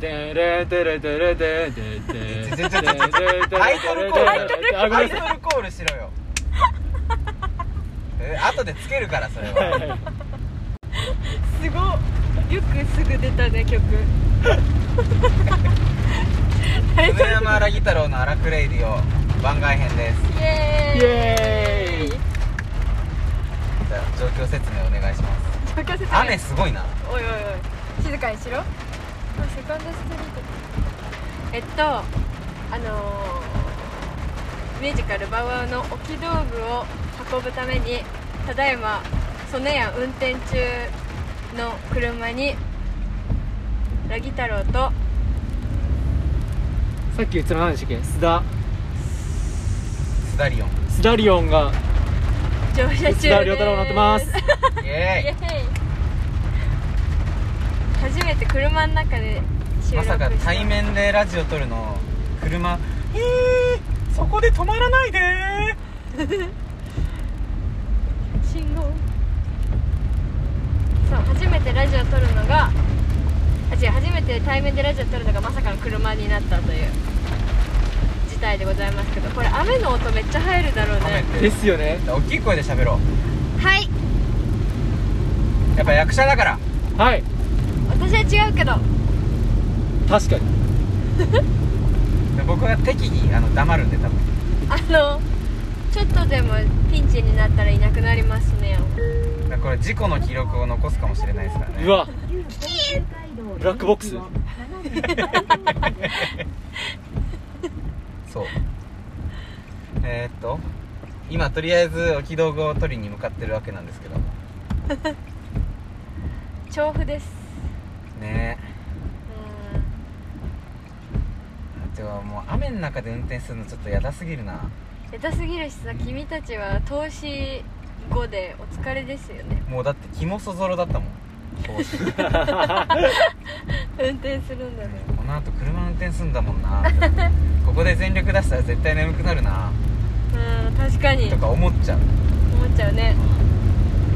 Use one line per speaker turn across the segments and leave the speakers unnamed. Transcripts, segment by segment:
テレテレテレテテテ
全然アイドルコール
あご
ア
め
イ
んな
ド
さい
ルコールしろよえ後でつけるからそれは
すごっよくすぐ出たね曲大
梅
丈夫
山荒木太郎の荒くれ入りを番外編です
イエ
イエーイ
ーイ
じゃあ状況説明お願いします
任せて
雨すごいな
おいおいおい静かにしろあセカンドストリートえっとあのー、ミュージカル「バウアウ」の置き道具を運ぶためにただいま曽根屋運転中の車にラギ太郎と
さっき言ってた何でしたっけ須田
スダリオン
須田リオンが
乗車中です
須田亮太郎乗ってます
イ
イエ
エ
ーイ初めて車の中で
ー
収
イま
録し
さか
た
対面でラジオ撮るの車えー、そこで止まらないでー
信号そう初めてラジオ撮るのがあ違う初めて対面でラジオ撮るのがまさかの車になったという事態でございますけどこれ雨の音めっちゃ入るだろうね
雨
で
って
すよね
大きい声で喋ろう
はい
やっぱ役者だから
はい
私は違うけど
確かに
で僕は適宜あの黙るんで多分
あのちょっとでもピンチになったらいなくなりますね
だからこれ事故の記録を残すかもしれないですからね
うわ
ブ
ブラックボックス
そうえー、っと今とりあえず置き道具を取りに向かってるわけなんですけど
調布です
ね
う
えてかもう雨の中で運転するのちょっとやだすぎるなん
下手すぎるしさ君たちは投資後でお疲れですよね
もうだって気もそぞろだったもんこうしてね
運転するんだね
このあと車運転すんだもんなみたいなここで全力出したら絶対眠くなるな
うん確かに
とか思っちゃう
思っちゃうね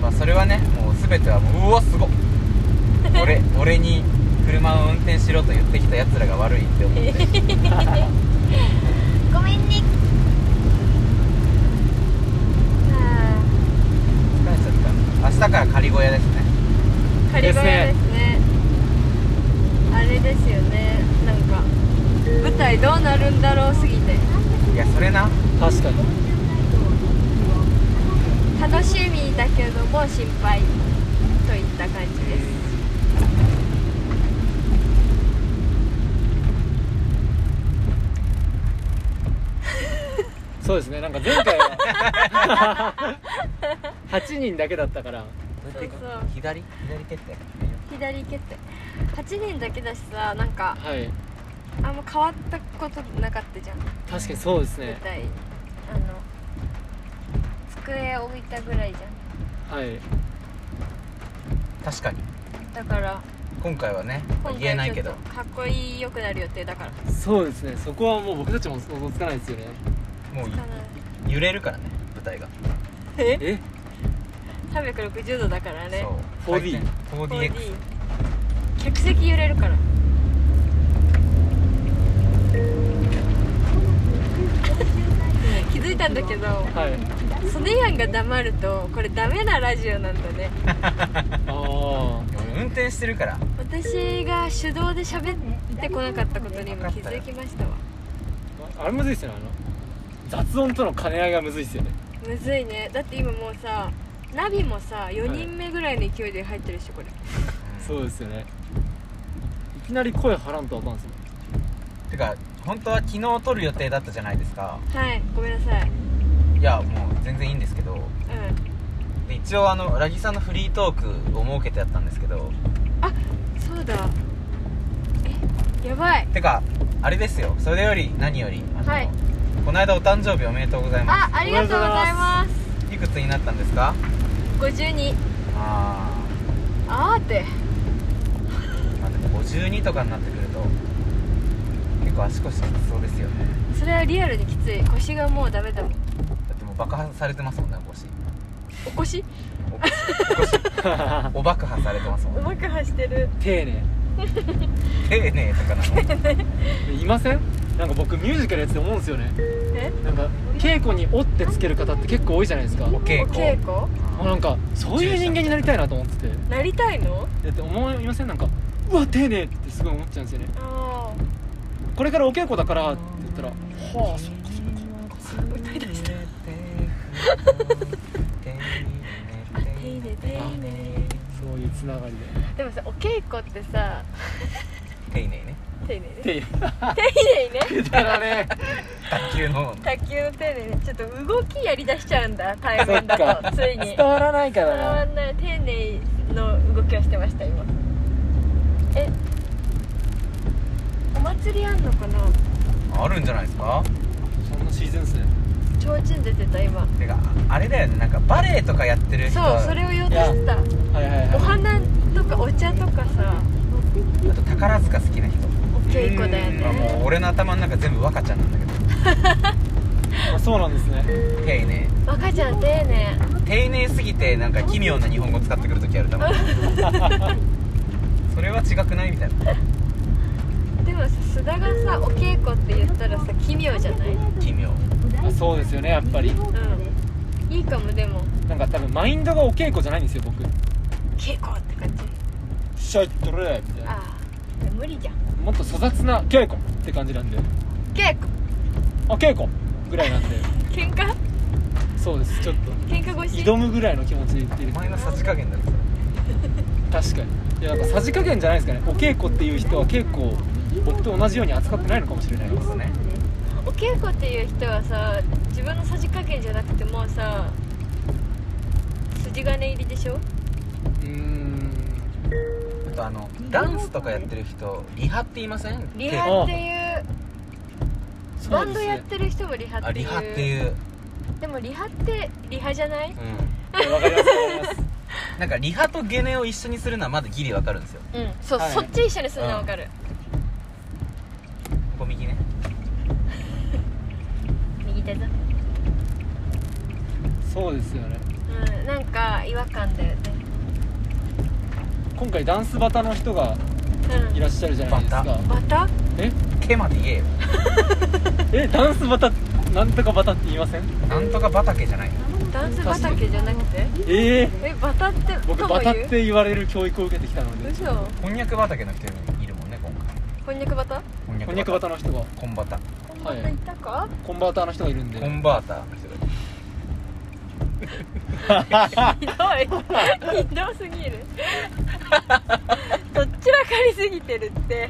まあそれはねもう全てはもううわすごっ俺俺に車を運転しろと言ってきたやつらが悪いって思って
ごめんねあ
疲れちゃった明日から仮小屋ですね
あ仮小屋
で
ですすねあれですよねなんか舞台どうなるんだろうすぎて
いやそれな
確かに
楽しみだけども心配といった感じです
そうですねなんか前回は8人だけだったから
そうそう
左左蹴って
左行けって8人だけだしさなんか
はい
あんま変わったことなかったじゃん
確かにそうです
舞
ね
台あの机置いたぐらいじゃ
はい
確かに
んだから
今回はね
今回
言えないけど
ちょっとかっこいいよくなる予定だから
そうですねそこはもう僕たちも想像つかないですよね
もう揺れるからね舞台が
え
え
360度だからね
そう
4D
回転 4DX
客席揺れるから 気づいたんだけど
はい
ソネヤンが黙るとこれダメなラジオなんだね
あ
俺運転してるから
私が手動で喋ってこなかったことに今気づきましたわ
ああれむずいっすよねあの雑音との兼ね合いがむずいっすよね
むずいねだって今もうさナビもさ4人目ぐらいの勢いで入ってるでしょこれ
そうですよねいきなり声張らんとあかんっすね
てか本当は昨日撮る予定だったじゃないですか
はいごめんなさい
いやもう全然いいんですけど
う
で一応あのラギさんのフリートークを設けてやったんですけど
んそうだえやばい
てかあれですよそれより何よりあの、
はい
この間お誕生日おめでとうございま
あありがとうございます
すいくつになったんですか
52
あ
あーって
ー、まあでも52とかになってくると結構足腰きつそうですよね
それはリアルにきつい腰がもうダメだもん
だってもう爆破されてますもんね腰
お腰
お腰お腰お爆破されてますもんね
爆破してる
丁寧
「丁寧」とかな の
いませんなんか僕ミュージカルやってて思うんですよね
え
なんか稽古に「お」ってつける方って結構多いじゃないですか
お稽
お稽
古
古
あなんかそういう人間になりたいなと思ってて
なりたいの
だって思いませんなんか「うわ丁寧」ってすごい思っちゃうんですよね
あ
これからお稽古だからって言ったら「はあそっかそっか
歌いだ したあ丁寧丁寧
そういうつながりで
でもさお稽古ってさ
丁寧ね
丁寧ね
丁
丁寧
寧
ね
だからね
卓球の
卓球の丁寧ねちょっと動きやりだしちゃうんだ対面だ
そっか
とついに
伝わらないか
伝わ
らなん
ない丁寧の動きをしてました今えお祭りあんのかな
あるんじゃないですか
そんなシーズンっすね
提灯出てた今
てかあれだよねなんかバレエとかやってる人
そうそれを言おうとしてた
はいはいはい
お花とかお茶とかさ
あと宝塚好きな人
お稽古だよ
うん
あ
ね
もう俺の頭の中全部若ちゃんなんだけど
あそうなんですね
丁寧
若ちゃん丁寧
丁寧すぎてなんか奇妙な日本語使ってくる時ある たまにそれは違くないみたいな
でもさ須田がさお稽古って言ったらさ奇妙じゃない
奇妙
あそうですよねやっぱり
うんいいかもでも
なんか多分マインドがお稽古じゃないんですよ僕
稽古って感じ
シャイトレーみたいな
ああ無理じゃん
もっと粗雑な稽古って感じなんで
稽古
あ稽古ぐらいなんで
喧嘩
そうですちょっと
喧嘩腰
挑むぐらいの気持ちで言ってる
お前のさじ加減だろそれ
確かにいやなんかさじ加減じゃないですかねお稽古っていう人は稽古を僕と同じように扱ってないのかもしれないで
そ
す
うね
お稽古っていう人はさ自分のさじ加減じゃなくてもうさ筋金入りでしょ
うーん
あとあのダンスとかやってる人リハって言いません
リハっていう
そ
バ
うで
ン
す
ドやっ
ね
てる人もリハ
あ
ってい
リ
う
ハっていう
でもリハってリハじゃない
うん
わかりますわかります
なんかリハとゲネを一緒にするのはまだギリわかるんですよ
うんそう、
はい
そっち一緒にするのはわかる、
小右ね
右手だ
そうですよね
うんなんか違和感だよね
今回ダンスバタの人が
う
い
ん
らっしゃるじゃないですか
また
え
手まで言えよ
えダンスバタなんとかバタって言いません
なんとか畑じゃない
ダンス畑じゃなくて
ええー、
えバタって
僕
とも
バタっ
言う
て言われる教育を受けてきたので
嘘
こんにゃく畑の人いるもんね今回
こんにゃくバタ
こんにゃ
こ
く
んにゃくバタの人が
コンバタ
こん
は
バ
い
タいたか、
コンバーターの人がいるんで
コンバーターの人がいる
ひどいひどすぎるどっちらかりすぎてるって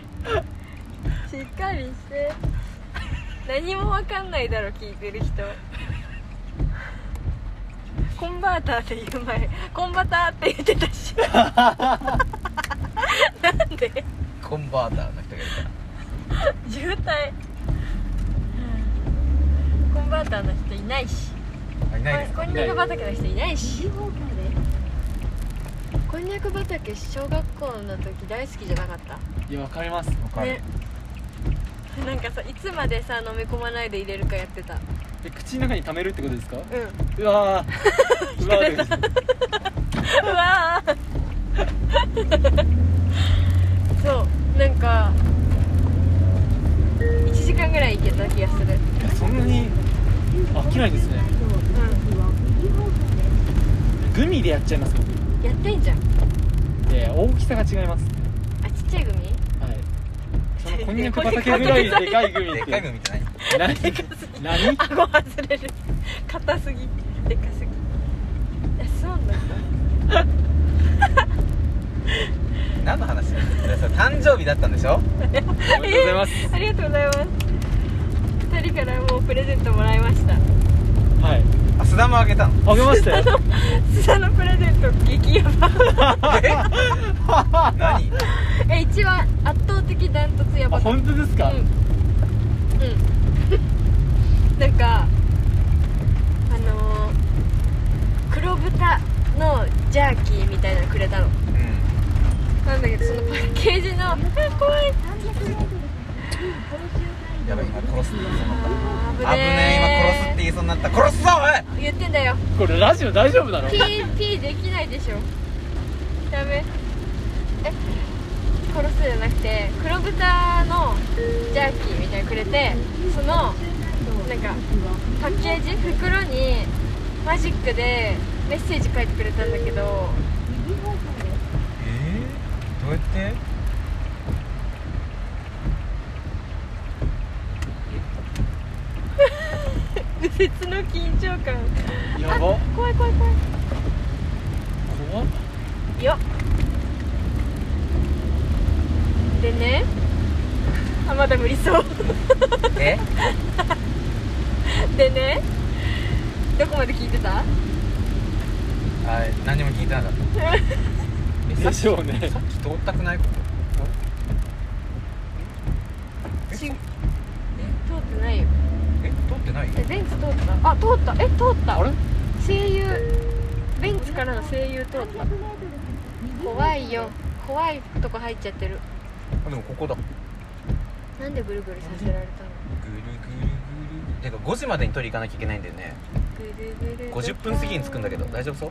しっかりして何もわかんないだろ聞いてる人コンバーターって言う前コンバターって言ってたしなんで
コンバーターの人がいるから
渋滞コンバーターの人いないし
あいないです
こ
か
んにゃく畑の人いないしこんにゃく畑小学校の時大好きじゃなかっ
いやわかります
わ
た
かる
なんかさいつまでさ飲み込まないで入れるかやってたうん
え口の中に溜めるってことですかうわーうわ ーです
うわー そうなんか1時間ぐらいいけた気がする
いやそんなに飽きないですねグミでやっちゃいます僕い
やってんじゃん
やいや大きさが違います
あちっちゃい組
はいそのこんにゃく畑ぐらい で かいグミ
で
っ
っかい
て
の見てない
何何
顎外れる硬すぎでかすぎえそうなんだ
何の話だよそれ誕生日だったんでしょ
おめでとうございます
ありがとうございます二人からもうプレゼントもらいました
はい
あ須田もあげたの
あげましたよ
須田のプレゼント激ヤバ
何
え一番圧倒的ダントツヤ
あ
バかっ
本当です
た
か、
うんうんなんかあのー、黒豚のジャーキーみたいなのくれたの
うん
なんだけどそのパッケージのあ怖い
やばい今殺すって言いそうになった
あー
危ねえ今殺すって言いそうになった殺すぞおい
言ってんだよ
これラジオ大丈夫なの
P, P できないでしょダメえ殺すじゃなくて黒豚のジャーキーみたいなのくれてそのなんかパッケージ袋にマジックでメッセージ書いてくれたんだ
え
けど
ー、どうやって
無節の緊張感
やば怖っ
あ怖い怖い怖いよっでねあまだ無理そう
え
でねどこまで聞いてた
あ何も聞いてなかったえさっ
で
き
しょうね
さっき通ったくないこえ
し
え
通ってないよ
え通ってない
えベンツ通ったあ通ったえ通った
あれ
声優ベンツからの声優通った怖いよ怖いとこ入っちゃってる
あでもここだぐ
なんでぐるぐるさせら
る
れたの
ぐるぐるてか5時までに取り行かなきゃいけないんだよね
ぐるぐるぐる
50分過ぎに着くんだけど大丈夫そう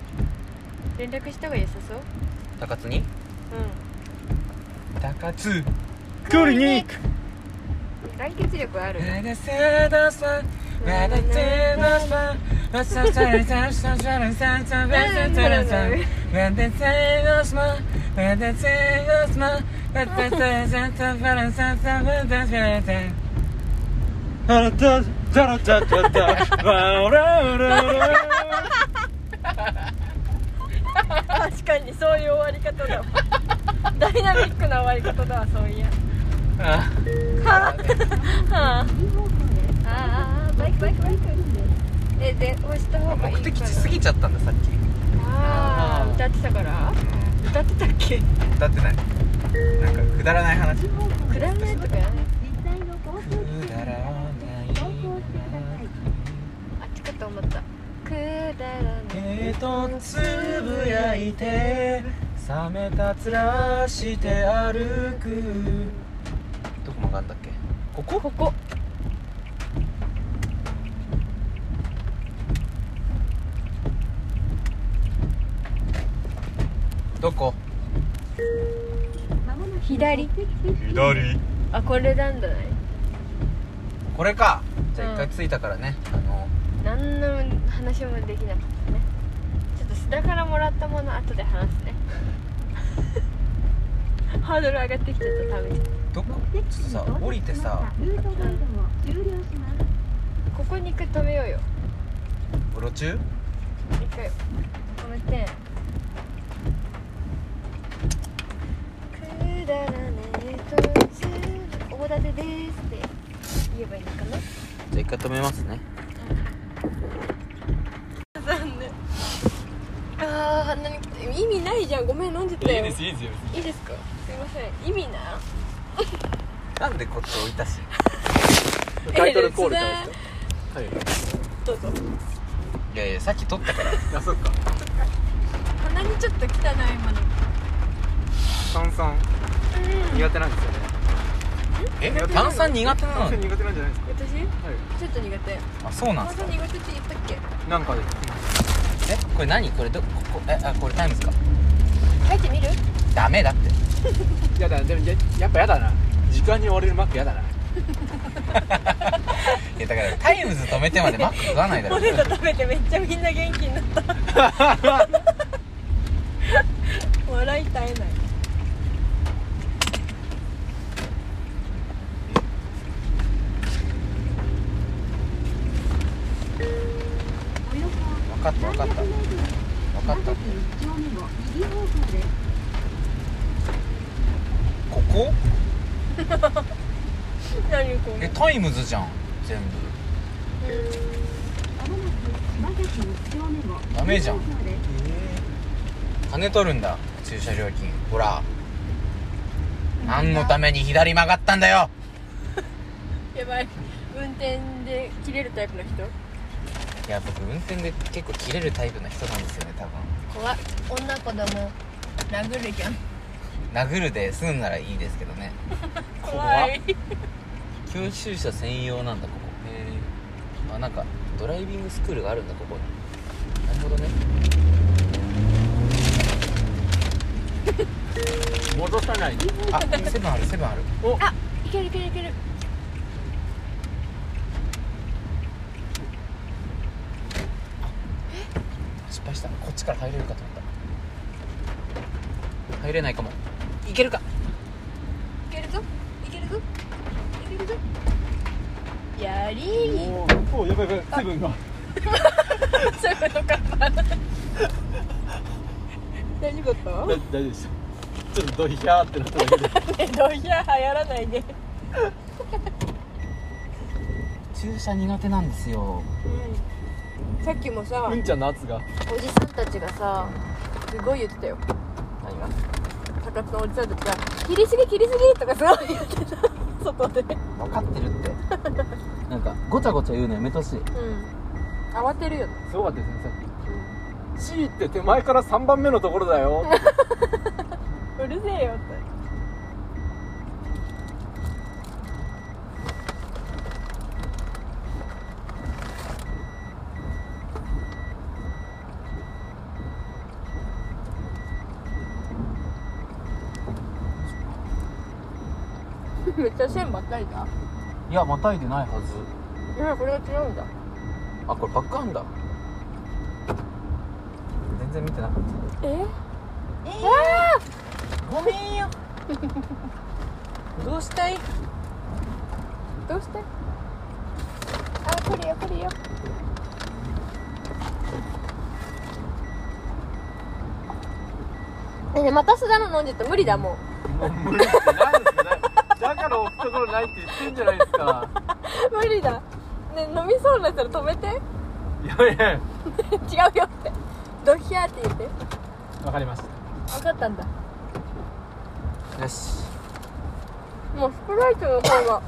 連絡した方が良さそう
高津に
う
高津
取りに行く
ん団結力あるね
あらたたらたたたわらわらわら
確かにそういう終わり方 だわダイナミックな終わり方だわそういや
あ
はあああバイクバイクバイクえで押した方がいいかな
目的地過ぎちゃったんださっき
ああ歌ってたから歌ってたっけ
歌ってないなんかくだらない話
くだらないとかやね
くだらない
あっちかと思ったくだらない
えとつぶやいて冷めたつらして歩くどこ曲がったっけここ
ここ
どこ
左
左
あこれなんだね
これかじゃあ一回着いたからね、あの
何の話もできなかったねちょっと須田からもらったもの後で話 すねハードル上がってきちゃった食べちゃっ
どこちょっとさ降りてさ
たここに行く止めようよ
うろちゅう
一回止めてくだらねえとつ大立てですって言えばいいのか
じゃ
な
あ一回止めますね
残念ああ鼻にきた意味ないじゃんごめん飲んじゃったよ
いいですよ
いいですかすいません意味な
なんでこっち置いたし
タイトルコールじゃないですはい
どうぞ
いやいやさっき撮ったから
あそっか
鼻にちょっと汚いもの
炭酸苦手なんですよね
え炭酸苦手な
炭
の
酸苦手なんじゃないです
私
かは
ちょっと苦手
あそうなん
炭
です
酸
か
苦手って言ったっけ
いなんかで
えこれ何これどここえあこれタイムズか
書いてみる
ダメだって
やだでもややっぱやだな時間に追われるマックやだない
やだからタイムズ止めてまでマック食わないだろ
タ食べてめっちゃみんな元気になった 笑い絶えない
分かった分かった分かったここ
何こ
え
の
タイムズじゃん全部ダメじゃん金取るんだ駐車料金ほら何のために左曲がったんだよ
やばい運転で切れるタイプの人
いや僕運転で結構切れるタイプの人なんですよね多分
怖い女子供殴るじゃん
殴るで済んだらいいですけどね
怖い
教習者専用なんだここあなんかドライビングスクールがあるんだここになるほどね
戻さない
あセブンあるセブンある
お
あいけるいけるいける
失敗したこっちから入れるかと思った入れないかもいけるか
いけるぞいけるぞいけるぞやり
おおやばいやばいセブンが
ーそういうのかな何事
大丈夫ですちょっとドヒャーってなっただけで
えドヒャー流行らないで
注射苦手なんですよ
さっきもさ、
うんちゃんの圧が
おじさんたちがさすごい言ってたよ
何が
高津のおじさんたちが「切りすぎ切りすぎ」とかすごい言ってた外で
分かってるって なんかごちゃごちゃ言うのやめてほしい
うん慌てるよね
すごかったですねさっき C って手前から3番目のところだよって
うるせえよって めっちゃ線ばっかりだ
いやまたいでないはず
いやこれは違うんだ
あこれバックハンだ全然見てなかっ
ええ
たごめんよ どうしたい
どうしてあ来るよ来るよねえねえまたすだの飲んじゃったら無理だもん
もう無理ってなんですかねだから置くところないって言ってんじゃないですか
無理だねえ飲みそうになったら止めて 違う
いやいや
よってドヒャーって言って
わかりました
分かったんだ
よし
もうスプライトの方が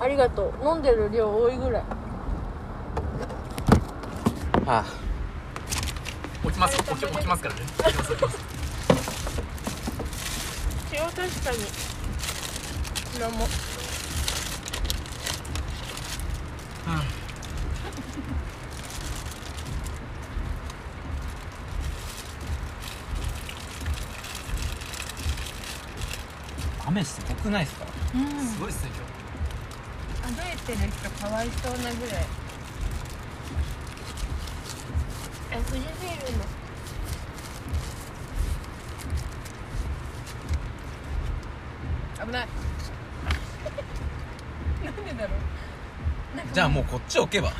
ありがとう飲んでる量多いぐらい
はあ
置きます置き置きますからね置きます置きます
塩確かに何も
雨すごくないですか
うん
ごいっすね
数えてる人かわいそうなぐらいえ富士ビールの危ない なんでだろう
じゃあもうこっち置けば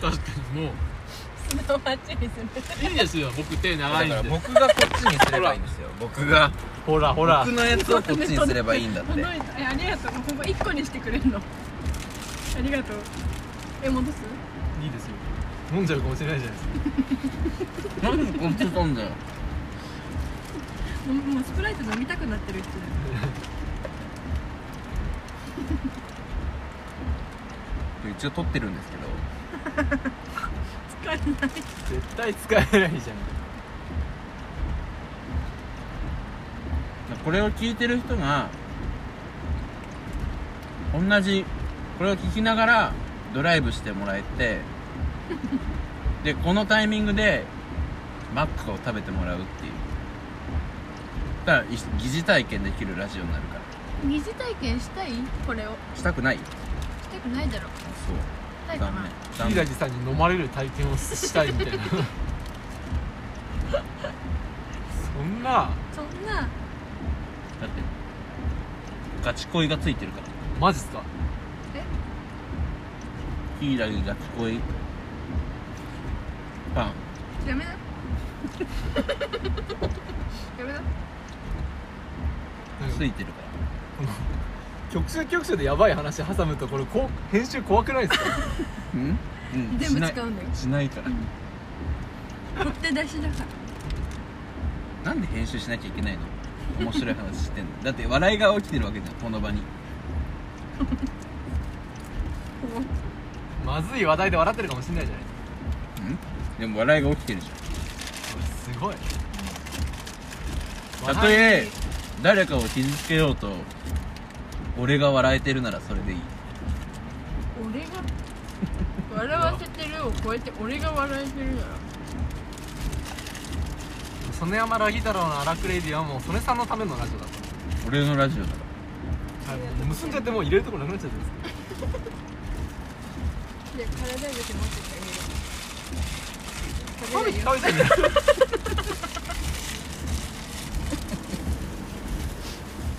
今日確かにもう
砂の街にする
いいですよ僕手
だ
長
か
いん
ら
で
僕がこっちにすればいいんですよ僕が
ほらほら
僕のやつをこっちにすればいいんだ って
届いたえありがとうここ1個にしてくれるのありがとうえ戻す
いいですよ飲んじゃうかもしれないじゃないですか
何でこっち飛んだよ
もうもうスプライト飲みたくなってる人
一応撮ってるんですけど
使えない
絶対使えないじゃん
これを聞いてる人が同じこれを聞きながらドライブしてもらえてでこのタイミングでマックを食べてもらうっていうだからい疑似体験できるラジオになるか
二次体験したいこれを
らしたくない
したくないだろ
そう
したいか
残
な
念
柊さんに飲まれる体験をしたいみたいなそんな
そんな
だってガチ恋がついてるから
マジっすか
ヒイラギガチ恋パン
やめなやめな
なんか
ついてるから
局所局所でやばい話挟むところこう編集怖くないです か
うん、うん、
全部
しない
使うんだよ
しないから、
取って出しだから
なんで編集しなきゃいけないの面白い話してんのだって笑いが起きてるわけじゃんこの場に
まずい話題で笑ってるかもしれないじゃないで
でも笑いが起きてるじ
すかすごい
ゃんたとえ誰かを傷つけようと俺が笑えてるならそれでいい
俺が笑わせてるを超えて俺が笑えてるなら
曽根山ラギ太郎の荒くれディはもう曽根さんのためのラジオだっ
俺のラジオだか
あ結んじゃってもう入れるとこなくなっちゃうじゃないですか
いや体入れて持って
食
た
べ
け
て
ど
食べて食べて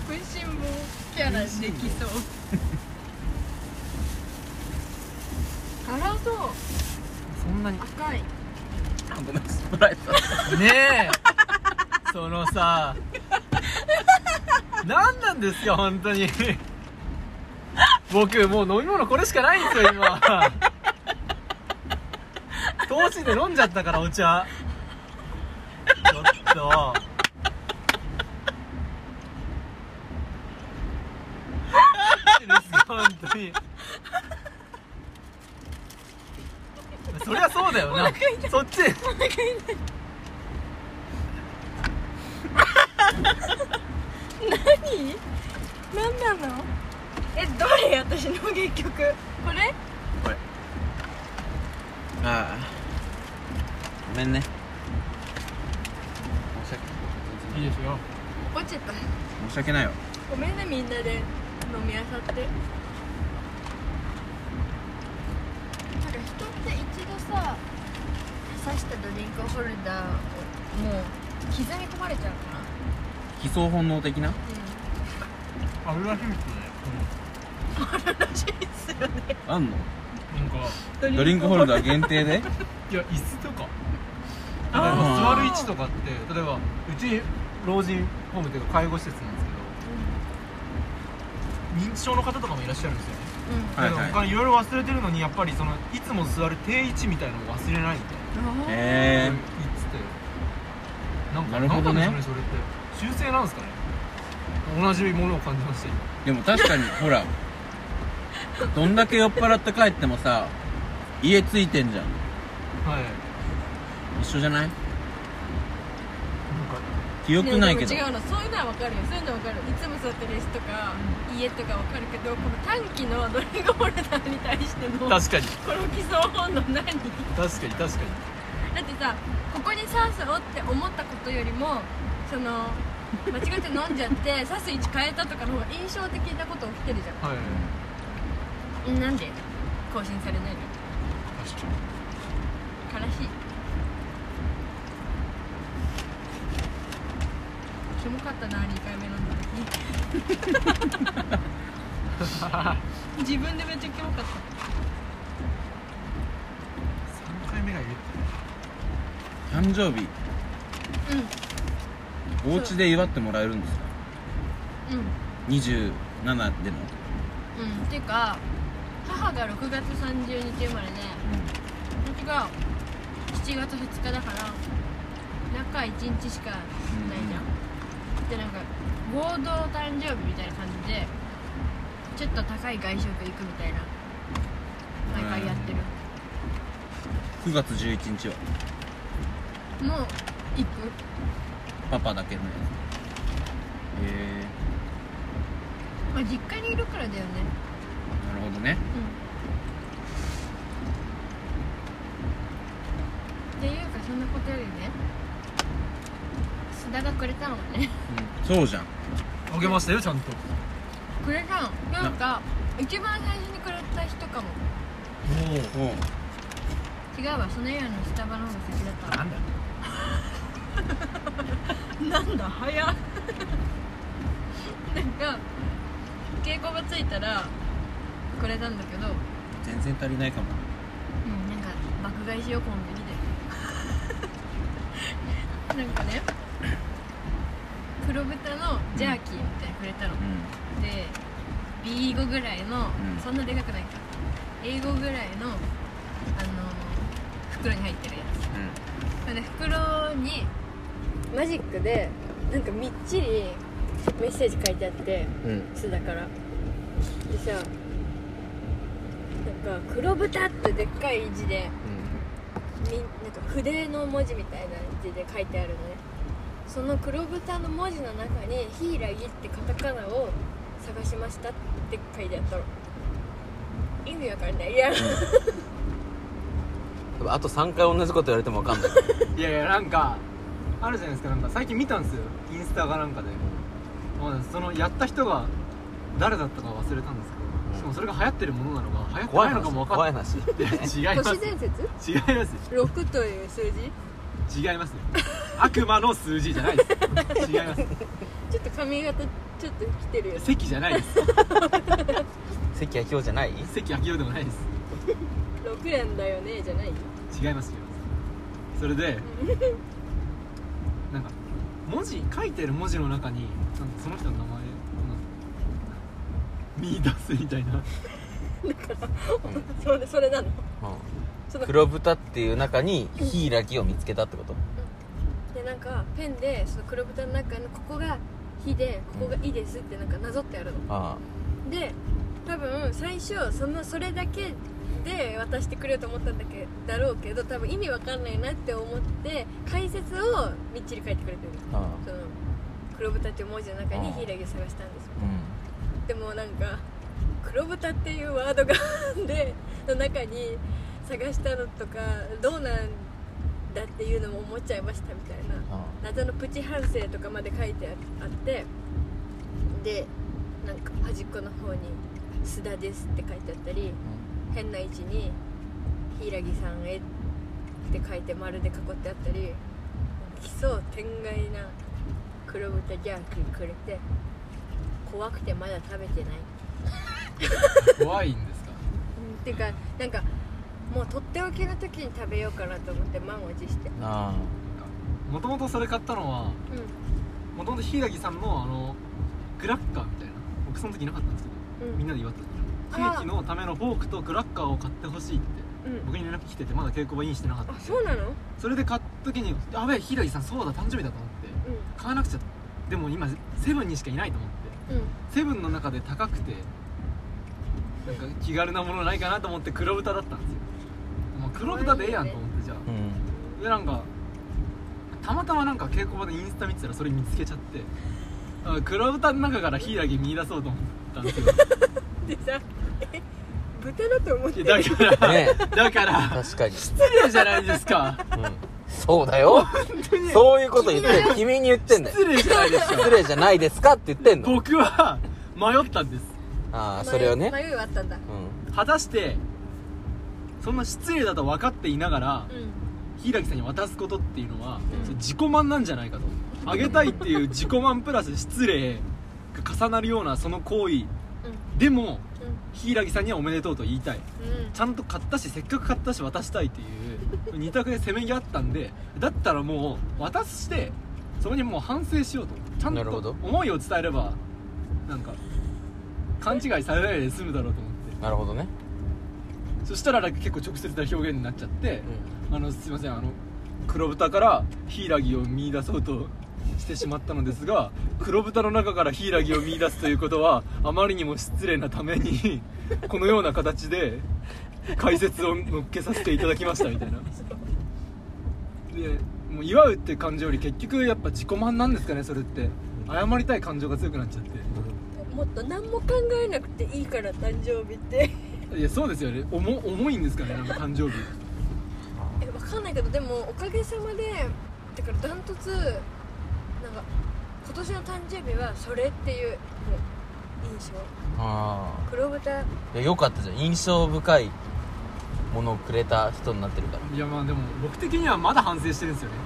食いしん坊キャラできそう辛そう
そんなに
赤い
らあごめんスプライト
ねえそのさ何なんですか本当に僕もう飲み物これしかないんですよ今通しで飲んじゃったからお茶ちょっとですよ本当にそりゃそうだよなそっち
何なのえどれ私の結局これ
これああごめんね申し
いいですよ
落ちた
訳申し訳ないよ
ごめんねみんなで飲みあさって
なんか人って一度さ刺したドリンクホルダーをもう刻み込まれちゃうかな
偽装本能的な
あるらしいですね、
あん
な
の
んか
ドリンクホルダー限定で
いや椅子とか
あー
座る位置とかって例えばうち老人ホームっていうか介護施設なんですけど、認知症の方とかもいらっしゃるんですよね、
は
だ
い
から
はい
他にいろいろ忘れてるのにやっぱりそのいつも座る定位置みたいのを忘れないみたい
うん
な、
へ
いいっつってなんか
なるほどね
なんなんでしょうねそれって修正なんですかね同じものを感じました今
えでも確かにほらどんだけ酔っ払って帰ってもさ家ついてんじゃん
はい
一緒じゃない
なんか
記憶ないけど、
ねでも違うのそういうのは分かるよそういうのは分かるいつも座ってる椅子とか、家とか分かるけどこの短期のドリンクホルダーに対してのこの
確かに
偽装本能何だって
確かに確かに
さここに刺すをって思ったことよりもその間違って飲んじゃって 刺す位置変えたとかの方が印象的なこと起きてるじ
はい
ゃんなんで更新されないの
確か
悲しいキモかったな2回目飲んだ 時自分でめっちゃキモかった
に3回目が言って
誕生日
うん
お家で祝ってもらえるんですか
うん
27でも、
うんっていうか母が6月30日生まれで私が7月2日だから中1日しかないじゃん、でなんか合同誕生日みたいな感じでちょっと高い外食行くみたいな毎回やってる、
うん、9月11日は
もう行く
パパだけのやつへ
まあ実家にいるからだよね
えなるほどね
っていうかそんなことよりね須田がくれたのね
そうじゃん
あげましたよちゃんと
くれたのなんか一番最初にくれた人かも
おお
おう
違うわそのようにスタバの方が先だった
だ
わなんだ早っ なんか稽古場ついたらくれたんだけどうん
全然足りないかも
なんか爆買いしようコンビニで なんかね黒豚のジャーキーみたいにくれたの、
う
で B5 ぐらいの、
うん
そんなでかくないか A5 ぐらいのあの袋に入ってるやつ
んうん
で袋にマジックでなんかみっちりメッセージ書いてあって
うん
須田からでさなんか「黒豚」ってでっかい字でみなんか筆の文字みたいな字で書いてあるのねその黒豚の文字の中に「ヒイラギ」ってカタカナを探しましたって書いてあったの意味わかんないいや
あと3回同じこと言われても分か んない
いやいやなんかあるじゃないですかなんか最近見たんですよインスタかなんかでまあ、そのやった人が誰だったか忘れたんですけど、
うん
しかもそれが流行ってるものなのか流行って
怖
ないいの
話
かも分か
怖
っ
い話
て違い
都
ます
市伝説
違います
6という数字
違います悪魔の数字じゃないです違います
ちょっと髪型ちょっと来てるよね
席じゃないです
関明夫じゃない
席秋夫でもないです
6円だよねじゃない
違います違いますそれでなんか文字書いてる文字の中になんかその人の名前見出すみたいな
それそれなのその
黒豚っていう中にヒイラギを見つけたってこと
でなんかペンでその黒豚の中のここが「火」でここが「い」ですってなんかなぞってやるの
あ
で多分最初そのそれだけで渡してくれようと思ったんだけだろうけど多分意味わかんないなって思って解説をみっちり書いてくれてる
あああ
その黒豚っていう文字の中に
あー
柊を探したんですよ
う
でもなんか黒豚っていうワードがでの中に探したのとかどうなんだっていうのも思っちゃいましたみたいなん
あ
謎のプチ反省とかまで書いてあってでなんか端っこの方に「須田です」って書いてあったり変な位置に「柊さんへ」って書いて丸で囲ってあったり奇想天外な黒豚ジャーキーくれて怖くてまだ食べてない
怖いんですか
うんっていうかなんかもうとっておきの時に食べようかなと思って満を持して
あ
もともとそれ買ったのはもともと柊さんのあのクラッカーみたいな僕その時いなかったんですけど
うんうん
みんなで祝った時ケーキのためのフォークとクラッカーを買ってほしいって
うん
僕に連絡来ててまだ稽古場インしてなかったん
あ
で
そうなのうん
それで買った時に「やべえ柊さんそうだ誕生日だ」と思って買わなくちゃでも今セブンにしかいないと思って
うん
セブンの中で高くてなんか気軽なものないかなと思って黒豚だったんですよ、まあ、黒豚でええやんと思ってじゃ
あうん
あでなんかたまたまなんか稽古場でインスタ見てたらそれ見つけちゃってあ黒豚の中から柊見出そうと思ったん ですよ
でさえ豚だと思って
いやだから、
ね
だから
確かに、
失礼じゃないですか
うん、そうだよそういうこと言って君に言ってんだよ
失礼じゃないですか
失礼じゃないですかって言ってんの
僕は迷ったんです
ああそれをね
迷迷いはあったんだ
うん
果たしてそんな失礼だと分かっていながら
うん
柊さんに渡すことっていうのは、
うん
それ自己満なんじゃないかとあげたいっていう自己満プラス失礼が重なるようなその行為でも柊さんにはおめでとうと言いたい
うんうん
ちゃんと買ったしせっかく買ったし渡したいっていう二択でせめぎ合ったんでだったらもう渡してそこにもう反省しようとちゃん
なるほ
と
ど
思いを伝えればなんか勘違いされないで済むだろうと思って
なるほどね、
そしたらなんか結構直接な表現になっちゃって
う、ん、
あのすいませんあの黒豚から柊を見出そうとしてしまったのですが黒豚の中から柊を見出すということはあまりにも失礼なためにこのような形で解説を乗っけさせていただきましたみたいなでもう祝うって感情より結局やっぱ自己満なんですかねそれって謝りたい感情が強くなっちゃっ
もっと何も考えなくていいから誕生日って
ていやそうですよね重重いんですかねなんか誕生日
え わかんないけどでもおかげさまでだからダントツなんか今年の誕生日はそれっていうもう印象
ああ
黒豚
いやよかったじゃん印象深いものをくれた人になってるから
いやまあでも僕的にはまだ反省してるんですよね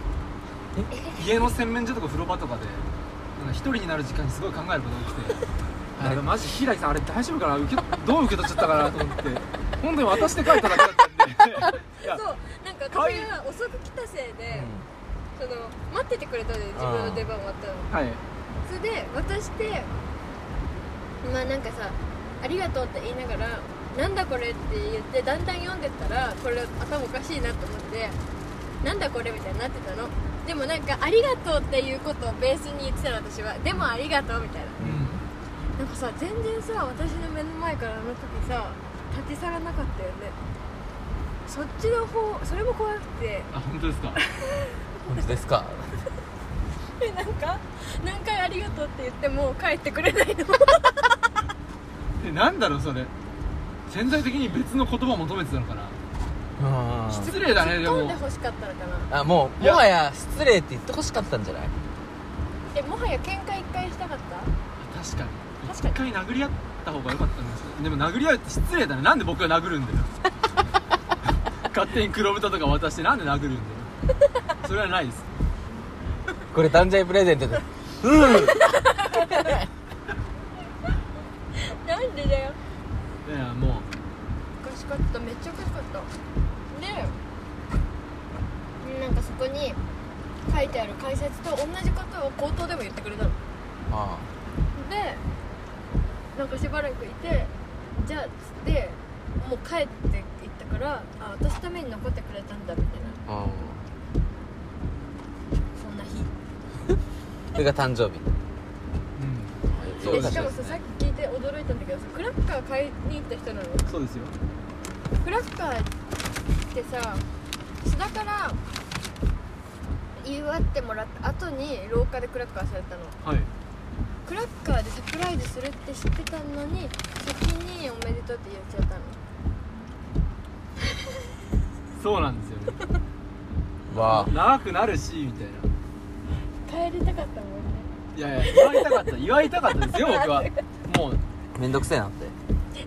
家の洗面所とか風呂場とかでなんか一人になる時間にすごい考えることが多くてあれマジ柊さんあれ大丈夫かな受けどう受け取っちゃったかなと思って本当に渡して帰っただけだったんでいや
そうなんか
可愛
私
い
が遅く来たせいで、
う
その待っててくれたで自分の出番終わったの
はい
それで渡してまあなんかさ「ありがとう」って言いながら「なんだこれ」って言ってだんだん読んでったらこれ頭おかしいなと思って「なんだこれ」みたいになってたのでもなんか「ありがとう」っていうことをベースに言ってたの私は「でもありがとう」みたいな
う
なんかさ全然さ私の目の前からあの時さ立ち去らなかったよねそっちの方それも怖くて
んあ本当ですか
ん本当ですか
で なんか何回「ありがとう」って言っても帰ってくれないの
えなんだろうそれ潜在的に別の言葉を求めてたのかな
うん
失礼だねでも
突っ込んで欲しかったのかな
あもう
いや
もはや失礼って言ってほしかったんじゃない
えもはや喧嘩一回したかった
確かに
確かに
一回殴り合った方が良かったんですよでも殴り合うって失礼だねなんで僕が殴るんだよ勝手に黒豚とか渡してなんで殴るんだよそれはないです
これ誕生日プレゼントでうん
なんでだよ
いやも
おかしかっためっちゃおかしかったでなんかそこに書いてある解説と同じことを口頭でも言ってくれたの
あ
でなんかしばらくいてじゃあっつってもう帰っていったからあ私ために残ってくれたんだみたいな
ああ
そんな日
それが誕生日
ううん
そ
そう
う
で
で
し
し
ょ
かもささっき聞いて驚いたんだけどさクラッカー買いに行った人なの
そうですよ
クラッカーってさ須田から祝ってもらった後に廊下でクラッカーされたの
はい
クラッカーでサプライズするって知ってたのに先に「おめでとう」って言っちゃったの
そうなんですよね
わ
長くなるしみたいな
帰りたかったもんね
いやいや祝いたかった祝いたかったですよ僕はもう
あめんどくせえなって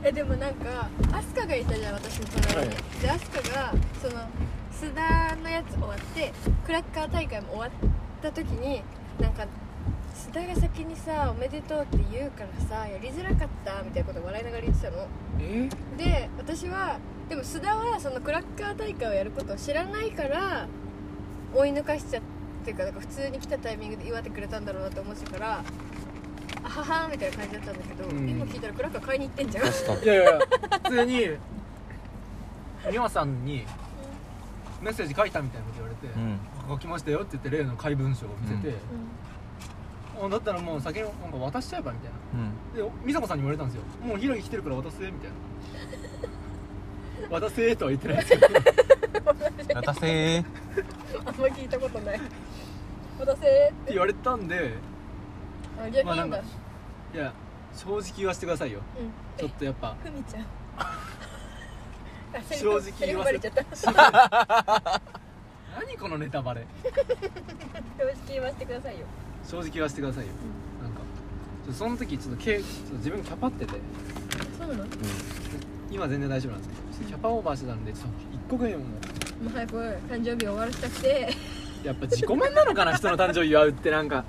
えでもなんかアスカがいたじゃん私の隣に、
はい
でアスカがその須田のやつ終わってクラッカー大会も終わった時になんか須田が先にさ「おめでとう」って言うからさやりづらかったみたいなこと笑いながら言ってたの
え
で私はでも須田はそのクラッカー大会をやることを知らないから追い抜かしちゃっていうかなんか普通に来たタイミングで祝ってくれたんだろうなって思ってたからあははみたいな感じだったんだけど、
うん
今聞いたらクラッカー買いに行って んじゃん
確かに
いやいや普通に美和さんにメッセージ書いたみたいなこと言われて、
うん
書きましたよって言って例の怪文書を見せて、あだったらもう先になんか渡しちゃえばみたいな
う
で
ん
美佐子さんに言われたんですよ「もうひらぎ来てるから渡せ」みたい な「渡せ」とは言ってないですけど
渡せー
あんま聞いたことない渡
っ
せ
て言われたんで
あ逆なんだ、
まあなんかいや正直言わせてくださいよ
う
ち
ん
ょっとやっぱ
ふみ ちゃんあセリ
正
フ
直
セリ
言
フ
わ
バ
せ
レちゃった
何このネタバレ
正直言わせてくださいよ
正直言わせてくださいよ、なんかちょっとその時ちょっとけちょっと自分キャパってて
そうなのも
今全然大丈夫なんですけどちょっとキャパオーバーしてたんでちょっと一個ぐらいもう
う早く誕生日終わらせたくて
やっぱ自己満なのかな人の誕生日祝うってなんか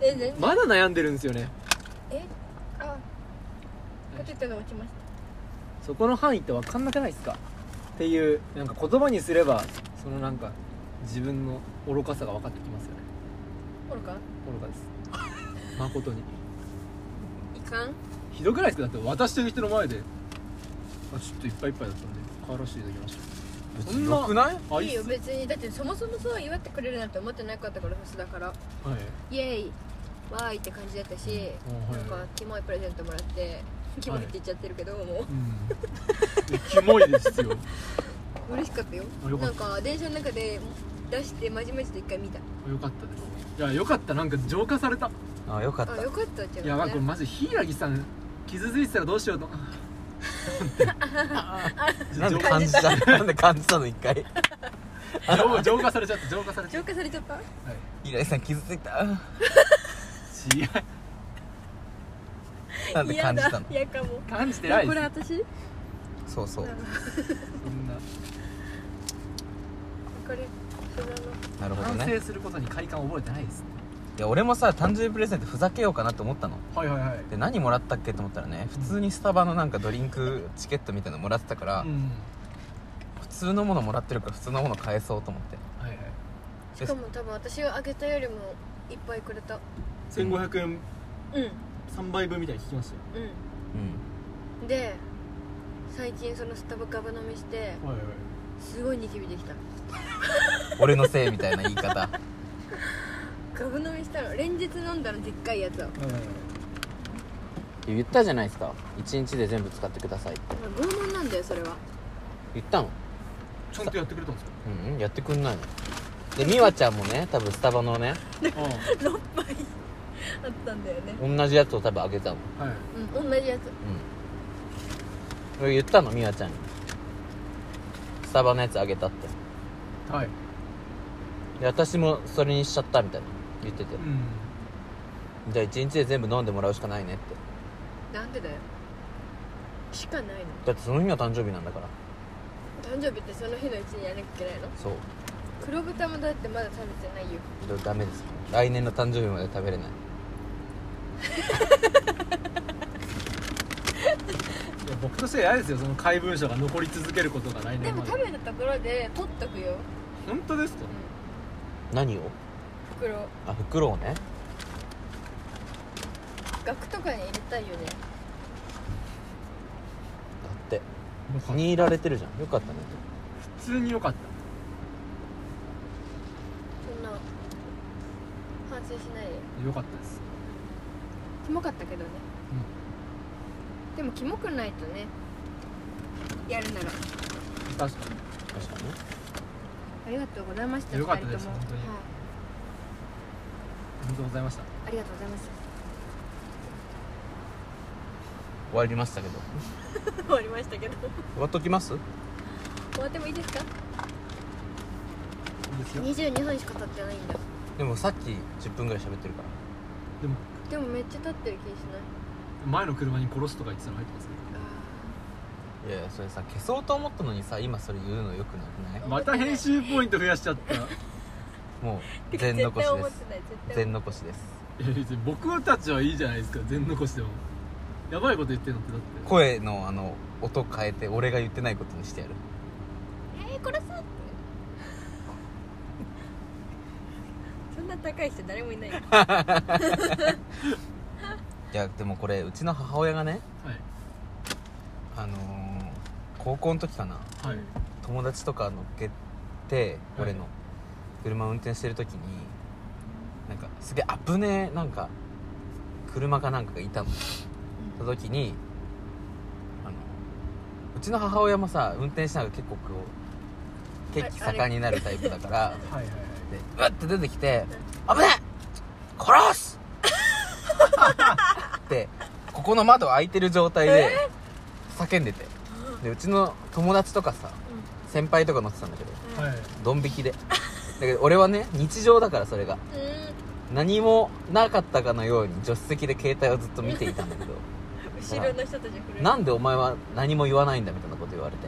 え全然
まだ悩んでるんですよね
えあポテトが落ちました
そこの範囲って分かんなくないですかっていうなんか言葉にすればそのなんか自分の愚かさが分かってきますよね
おるか
愚かです誠に
いかん
ひどくないですかだって渡してる人の前であちょっといっぱいいっぱいだったんで帰らせていただきましたそんな
よくない
あ
いいよ
っす
別にだってそもそもそう祝ってくれるなんて思ってなかったからフスだから
はい
イエイわーいって感じだったし
うん
なんかキモいプレゼントもらってキモいって言っちゃってるけど、もう
うんキモいですよ
嬉しかったよ
あよか
な
っ
ん
た
か電車の中で出してマジマジで一回見た
よかったですいやよかったなんか浄化された
あよかった
あよかったじゃん
いやまあ
ね
これマジ柊さん傷ついてたらどうしようと
なんで感じたなんで感じたの一回
浄浄化されちゃった浄化されちゃ
浄
っ
化されちゃった
た、はい
平井さん傷つい た
違う
なんで感じたの
嫌だ嫌かも
感じてない
え
で
こ
す
れ
よ
私わ
そうそ
そ
う
んな
かるそれあ
なる
の
ほど
反
ね
省することに快感覚えてないです
いや俺もさ誕生日プレゼントふざけようかなと思ったの
はいはいはい
で何もらったっけと思ったらね普通にスタバのなんかドリンクチケットみたいなのもらってたから、
うん
普通のものもらってるから普通のもの返そうと思って
はいはい
で
しかも多分私があげたよりもいっぱいくれた
1500円
うん
3倍分みたいに聞きましたよ
うんで最近そのスタバガバ飲みして
はいはい
すごいニキビできた
俺のせいみたいな言い方
ガブ飲みしたの連日飲んだのでっかいやつを
はいはいはい
言ったじゃないですか1日で全部使ってくださいって
拷問なんだよそれは
言ったの
ちゃんとやってくれたんですよ
うん、うん、やってくんないので美和ちゃんもね多分スタバのね
あ
あったんだよね
同じやつを多分あげたの
あはい
うん同じやつ
うん俺言ったの美和ちゃんにスタバのやつあげたって
はい
で私もそれにしちゃったみたいな言ってて
うん
じゃあ1日で全部飲んでもらうしかないねって
なんでだよしかないの
だってその日が誕生日なんだから
誕生日ってその日のうちにやらなきゃいけないの
そう
黒豚もだってまだ食べてないよ
だダメです来年の誕生日まで食べれない
いや僕としては嫌ですよその怪文書が残り続けることが来
で
年ま
も
で
食べたところで取っとくよ
本当ですか
何を
袋
あ袋をね
額とかに入れたいよね
だって気に入られてるじゃんよかったね
普通に良かった
そんな反省しないで
良かったです
キモかったけどね、でもキモくないとねやるなら
確かに
確かにね
ありがとうございました
よかったです
二人とも
本当に
はい
本当にございました
ありがとうございます
終わりましたけど
終わりましたけど
終わっときます
終わってもいいですか
いいですよ
22分しか経ってないんだ
でもさっき10分ぐらい喋ってるから
でも
でもめっちゃ経ってる気しない
前の車に殺すとか言ってたの入ってますね
いやいやそれさ消そうと思ったのにさ今それ言うのよくなくない
また編集ポイント増やしちゃったい
もう
てか
全残し
絶対思
で
っ
す
てない絶対
全残しです
や別に僕たちはいいじゃないですか全残しでもやばいこと言ってんのってだって
声のあの音変えて俺が言ってないことにしてやる
えー、殺すって
そんな高い人誰もいないよ
いやでもこれうちの母親がねあのー、高校の時かな
はいはい
友達とか乗っけて
はい
俺の車運転してる時になんかすげえ危ねえなんか車かなんかがいたのその時にあのうちの母親もさ運転しながら結構こう血気盛んになるタイプだから
はいはいはい
でうわって出てきて「危ねえ殺す!」ってここの窓開いてる状態で叫んでてでうちの友達とかさ先輩とか乗ってたんだけど
はいはい
ドン引きでだけど俺はね日常だからそれが何もなかったかのように助手席で携帯をずっと見ていたんだけど
後ろの人たちが来る
なんでお前は何も言わないんだみたいなこと言われて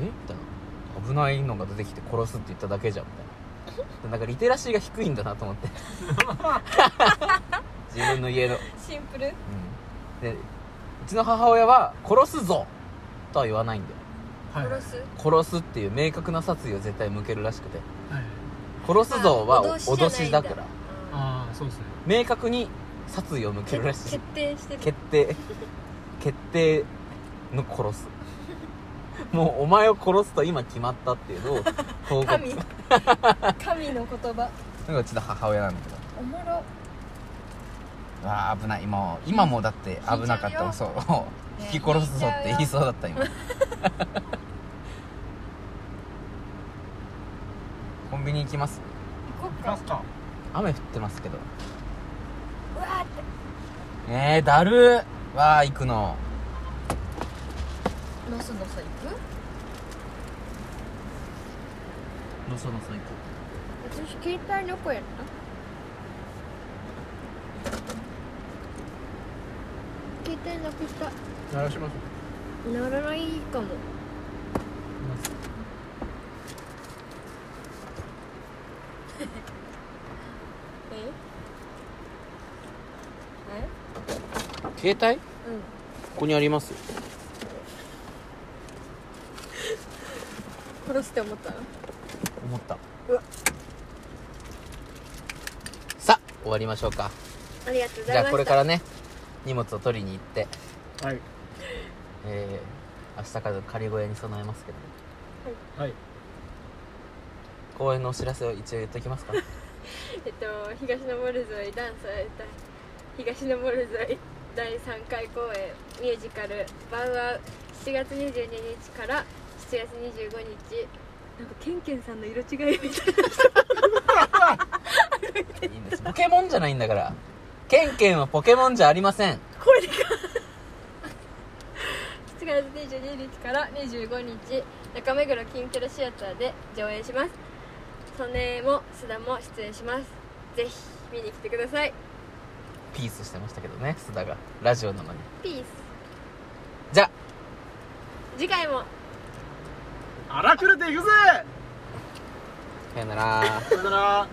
えみたいな危ないのが出てきて殺すって言っただけじゃんみたいななんかリテラシーが低いんだなと思 って自分の家の、
シンプル
うん、でうちの母親は「殺すぞ!」とは言わないんだよ
はいはい
殺す
殺すっていう明確な殺意を絶対向けるらしくて
はい
殺すぞは
あ
脅しだから
ら
ああそうですね
明確に殺意を向けるらしい
決定してる
決定決定の殺すもうお前を殺すと今決まったっていうのを報 告
神神の言葉
なんかうちの母親なんだけど
おもろ
うわあ危ない今今もだって危なかったそう引き殺すぞって言いそうだった今 コンビニ行きます
行こっ
ラ
か
スか
雨降ってますけど
うわーって
えー、だるーわあ行くの
のそのそ行く
のそのそ行こ
私携帯の声やっ携帯なくした
鳴らしましょ
ならないかも
う
え
携帯、ここにあります
殺すって思ったの
思った
うわ
さあ終わりましょうか
ありがとうご
じ
ざい
ゃあ
ました
これからね荷物を取りに行って
はい
えー、明日から仮小屋に備えますけど
は
ね
い
公演のお知らせを一応言っときますか
えっと東のモルズイダンスえっと東のモルズイ第3回公演ミュージカル「バウアウ」7月22日から7月25日
なんかケンケンさんの色違いみたい
いいんですポケモンじゃないんだからケンケンはポケモンじゃありません
7月22日から25日中目黒近キャラシアターで上演します曽根も須田も出演しますぜひ見に来てください
ピースしてましたけどね須田がラジオなのに
ピース
じゃあ
次回も
荒くれていくぜ
さよなら
さよなら
さよなら